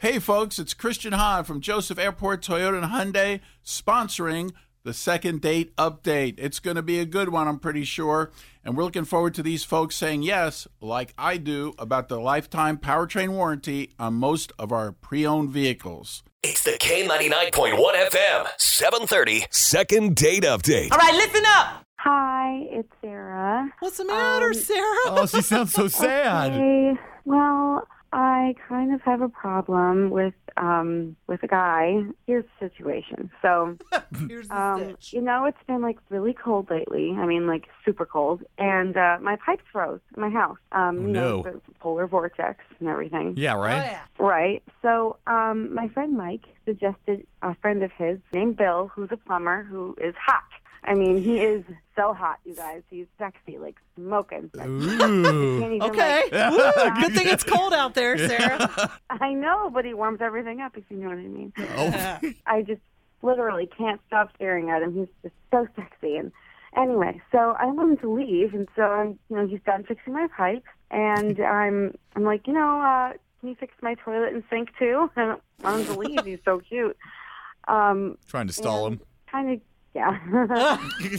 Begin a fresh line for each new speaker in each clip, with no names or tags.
Hey, folks, it's Christian Hahn from Joseph Airport Toyota and Hyundai sponsoring the second date update. It's going to be a good one, I'm pretty sure. And we're looking forward to these folks saying yes, like I do, about the lifetime powertrain warranty on most of our pre owned vehicles.
It's the K99.1 FM, 730.
Second date update.
All right, listen up.
Hi, it's Sarah.
What's the
Um,
matter, Sarah?
Oh, she sounds so sad.
Hey, well, I kind of have a problem with um with a guy. Here's the situation. So,
Here's the
um,
stitch.
you know, it's been like really cold lately. I mean, like super cold, and uh, my pipes froze in my house. Um,
Oh,
you know,
no.
the polar vortex and everything.
Yeah,
Oh,
right?
yeah.
Right. So, um, my friend Mike suggested a friend of his named Bill, who's a plumber, who is hot. I mean, he is so hot, you guys. He's sexy, like smoking. sexy.
Ooh.
Can't even,
Okay.
like-
Woo, Good thing it's cold out there, Sarah.
I know, but he warms everything up, if you know what I mean.
Oh.
I just literally can't stop staring at him. He's just so sexy. And anyway, so I want him to leave, and so I'm, you know, he's done fixing my pipe, and I'm, I'm like, you know, uh, can you fix my toilet and sink too? I don't want him to leave. He's so cute. Um,
Trying to stall him.
kind of, yeah.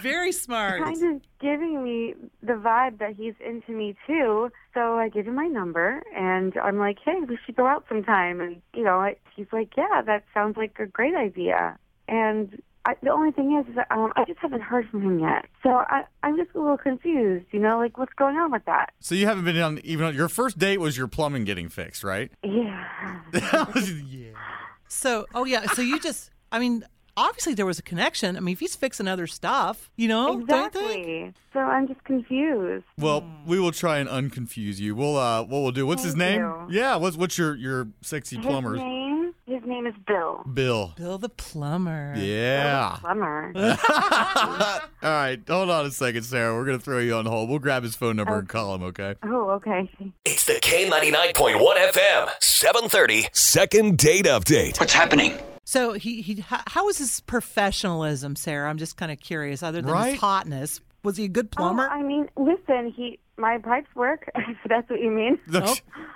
Very smart.
kind of giving me the vibe that he's into me too. So I give him my number and I'm like, hey, we should go out sometime. And, you know, I, he's like, yeah, that sounds like a great idea. And I, the only thing is, is that, um, I just haven't heard from him yet. So I, I'm just a little confused, you know, like what's going on with that?
So you haven't been on even on your first date was your plumbing getting fixed, right?
Yeah.
yeah.
So, oh yeah. So you just, I mean, obviously there was a connection. I mean, if he's fixing other stuff, you know, Oh, don't you think?
Exactly. So I'm just confused.
Well, we will try and unconfuse you. We'll uh what we'll do. What's his
Mm. Thank
name?
you.
Yeah, what's what's your your sexy plumber?
His name, his name is Bill.
Bill.
Bill the plumber.
Yeah.
Bummer.
All right, hold on a second, Sarah. We're gonna throw you on hold. We'll grab his phone number and call him, okay?
oh, okay.
It's the K99.1 FM, 730.
Second date update.
What's happening?
So he he how, how was his professionalism, Sarah? I'm just kind of curious. Other than
Right?
his hotness, was he a good plumber?
Oh, I mean, listen, he my pipes work. if that's what you mean.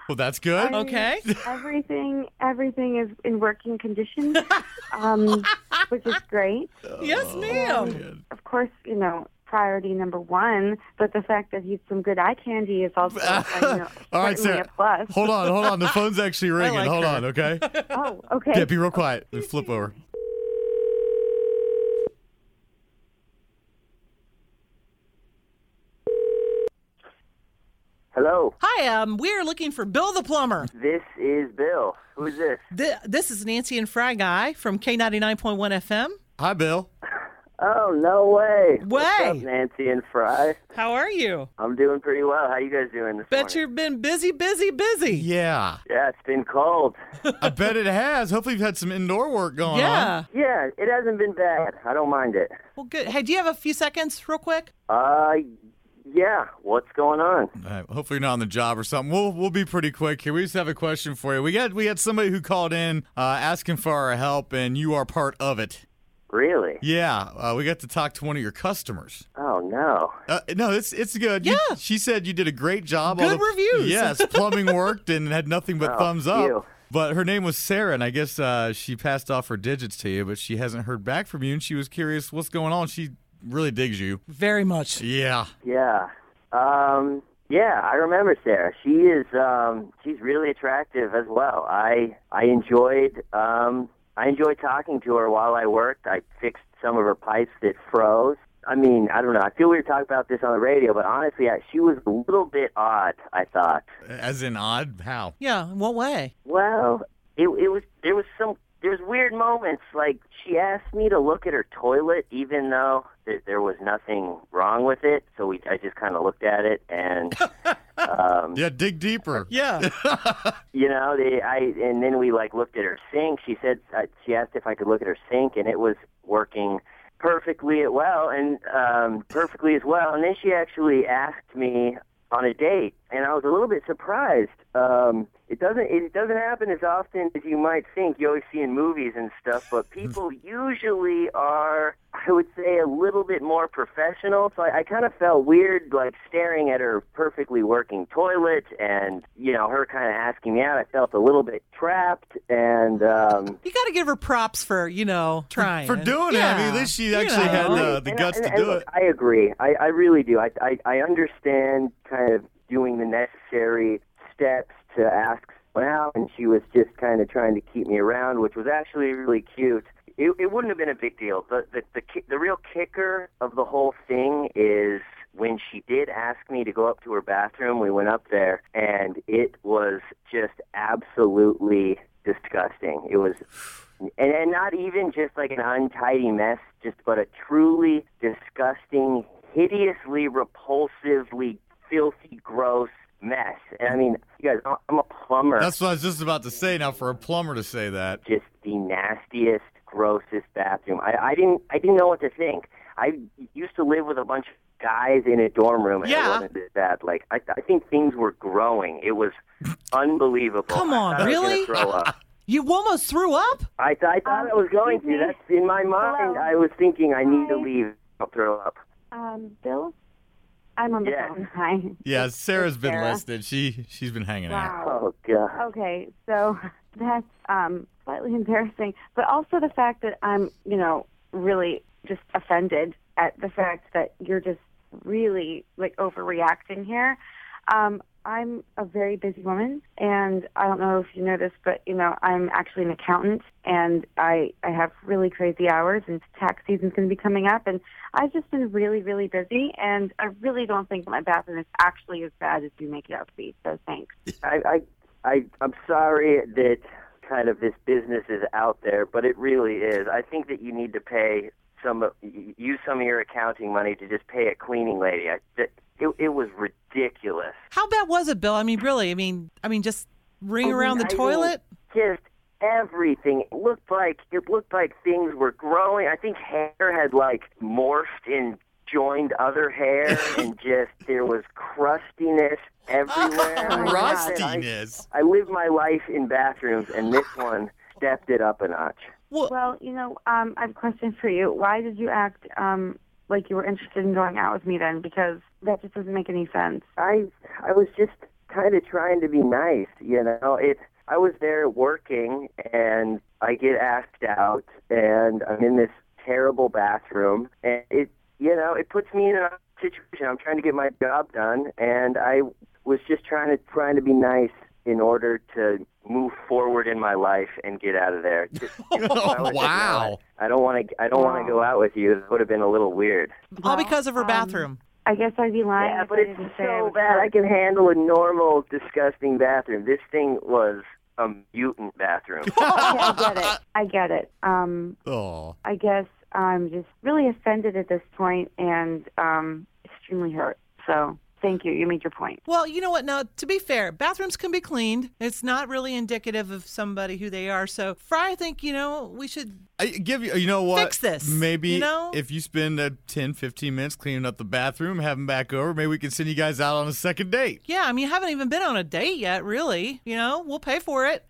Well, that's good.
Oh. I-
okay.
Everything, everything is in working condition, um, which is great.
yes,
Oh,
ma'am.
Of course, you know priority number one, but the fact that he's some good eye candy is also uh, you know,
All right,
certainly
Sarah.
a plus.
Hold on, hold on. The phone's actually ringing.
like
hold
her.
on, okay?
Oh, okay.
Yeah, be real quiet. We flip over.
Hello,
Hi, um, we are looking for Bill the plumber.
this is Bill. Who's this?
Th- this is Nancy and Fry Guy from K99.1 FM.
Hi, Bill.
Oh, no way. What's up,
Way.
Nancy and Fry.
How are you?
I'm doing pretty well. How you guys doing this
Bet
morning?
you've been busy, busy, busy.
Yeah.
Yeah, it's been cold.
I bet it has. Hopefully, you've had some indoor work going
Yeah.
Yeah, it hasn't been bad. I don't mind it.
Well, good. Hey, do you have a few seconds, real quick?
Uh, yeah, what's going on?
on. All right, hopefully, you're not on the job or something. We'll we'll be pretty quick here. We just have a question for you. We got we had somebody who called in uh, asking for our help, and you are part of it.
Really?
Yeah, uh, we got to talk to one of your customers.
Oh, no.
Uh, no, it's it's good. You-
Yeah.
she said you did a great job.
Good
All the-
reviews.
Yes, plumbing worked and had nothing but
Oh,
thumbs up.
phew.
But her name was Sarah, and I guess uh, she passed off her digits to you, but she hasn't heard back from you, and she was curious what's going on. She really digs you.
Very much.
Yeah.
Yeah. Um, yeah, I remember Sarah. She is um, she's really attractive as well. I I enjoyed um, I enjoyed talking to her while I worked. I fixed some of her pipes that froze. I mean, I don't know. I feel weird talking about this on the radio, but honestly, I, she was a little bit odd. I thought.
As in odd? How?
Yeah. In what way?
Well, it it was there was some there was weird moments. Like she asked me to look at her toilet, even though th- there was nothing wrong with it. So we I just kind of looked at it and. Um,
Yeah, dig deeper.
Yeah.
you know they i and then we like looked at her sink she said uh, she asked if i could look at her sink and it was working perfectly at well and um perfectly as well and then she actually asked me on a date and i was a little bit surprised um it doesn't it doesn't happen as often as you might think you always see in movies and stuff but people usually are I would say a little bit more professional. So I, I kind of felt weird, like staring at her perfectly working toilet, and you know her kind of asking me out. I felt a little bit trapped, and um,
You got to give her props for you know trying
for doing it. I mean, at least she
You
actually
know.
had uh, the
and-
guts
and-
to
and
do
look,
it.
I agree. I, I really do. I, I I understand kind of doing the necessary steps to ask someone out, and she was just kind of trying to keep me around, which was actually really cute. It, it wouldn't have been a big deal. The, the the ki- the real kicker of the whole thing is when she did ask me to go up to her bathroom. We went up there, and it was just absolutely disgusting. It was and, and not even just like an untidy mess, just but a truly disgusting, hideously, repulsively, filthy, gross mess. And I mean, you guys, I'm a plumber.
That's what I was just about to say. Now, for a plumber to say that,
just the nastiest, grossest bathroom. I, I didn't, I didn't know what to think. I used to live with a bunch of guys in a dorm room, and it
Yeah.
wasn't this bad. Like, I, I think things were growing. It was unbelievable.
Come
I
on,
thought I was gonna
really?
throw up.
You almost threw up.
I, th- I thought
Um,
I was going
excuse
to.
me?
That's in my
Hello?
mind. I was thinking I need to
Hi.
leave. I'll throw up.
Um, Bill, I'm on the
Yes.
phone. Hi.
yeah, Sarah's been
Sarah.
listed. She she's been hanging out.
Wow.
Oh god.
Okay, so that's um, slightly embarrassing, but also the fact that I'm, you know, really just offended at the fact that you're just really like overreacting here. Um, I'm a very busy woman, and I don't know if you know this, but you know, I'm actually an accountant, and I I have really crazy hours, and tax season's going to be coming up, and I've just been really, really busy, and I really don't think my bathroom is actually as bad as you make it out to be. So thanks.
I, I I I'm sorry that kind of this business is out there, but it really is. I think that you need to pay some of- y- use some of your accounting money to just pay a cleaning lady. I, that- it, it was ridiculous.
How bad was it, Bill? I mean, really? I mean, I mean, just ring
I
around the
mean, I
toilet.
Just everything it looked like it looked like things were growing. I think hair had like morphed and joined other hair, and just there was crustiness everywhere. I,
Rustiness.
I lived my life in bathrooms, and this one stepped it up a notch.
Well, you know, um, I have a question for you. Why did you act um, like you were interested in going out with me then? Because that just doesn't make any sense.
I I was just kind of trying to be nice, you know. It I was there working and I get asked out and I'm in this terrible bathroom and it you know, it puts me in a situation. I'm trying to get my job done and I was just trying to trying to be nice in order to move forward in my life and get out of there. Just- I was like,
wow.
"No, I don't want to I don't want to go out with you. That would have been a little weird.
All because of her
um,
bathroom.
I guess I'd be lying
Yeah,
if
but
I
it's
didn't say I
so
was
bad. I
hurt.
can handle a normal, disgusting bathroom. This thing was a mutant bathroom.
Okay, I get it. I get it. Um,
Oh,
I guess I'm just really offended at this point and um, extremely hurt. So thank you. You made your point.
Well, you know what? Now, to be fair, bathrooms can be cleaned. It's not really indicative of somebody who they are. So, Fry, I think, you know, we should.
I give you. You know what?
Fix this,
Maybe
you know?
if you spend uh, 10, 15 minutes cleaning up the bathroom, have them back over. Maybe we can send you guys out on a second date,
Yeah, I mean, you haven't even been on a date yet, really. You know, we'll pay for it.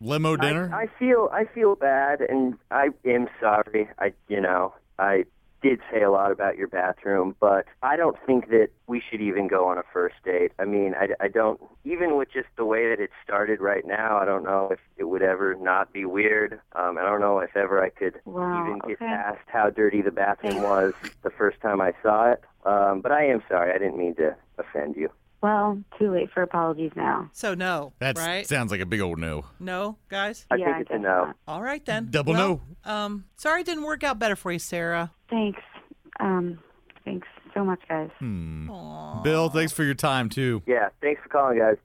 limo dinner.
I feel, I feel bad, and I am sorry. I, you know, I did say a lot about your bathroom, but I don't think that we should even go on a first date. I mean, I, I don't. Even with just the way that it started right now, I don't know if it would ever not be weird. Um, I don't know if ever I could
Wow,
even get
okay.
past how dirty the bathroom
Thanks.
was the first time I saw it. Um, but I am sorry. I didn't mean to offend you.
Well, too late for apologies now.
So, no.
That
right?
sounds like a big old no.
no, guys?
I
Yeah,
think
I
it's a
guess
no.
not.
All right, then.
Double
Well, Um, sorry it didn't work out better for you, Sarah.
Thanks. Um, thanks so much, guys.
Bill, thanks for your time too.
Yeah, thanks for calling, guys.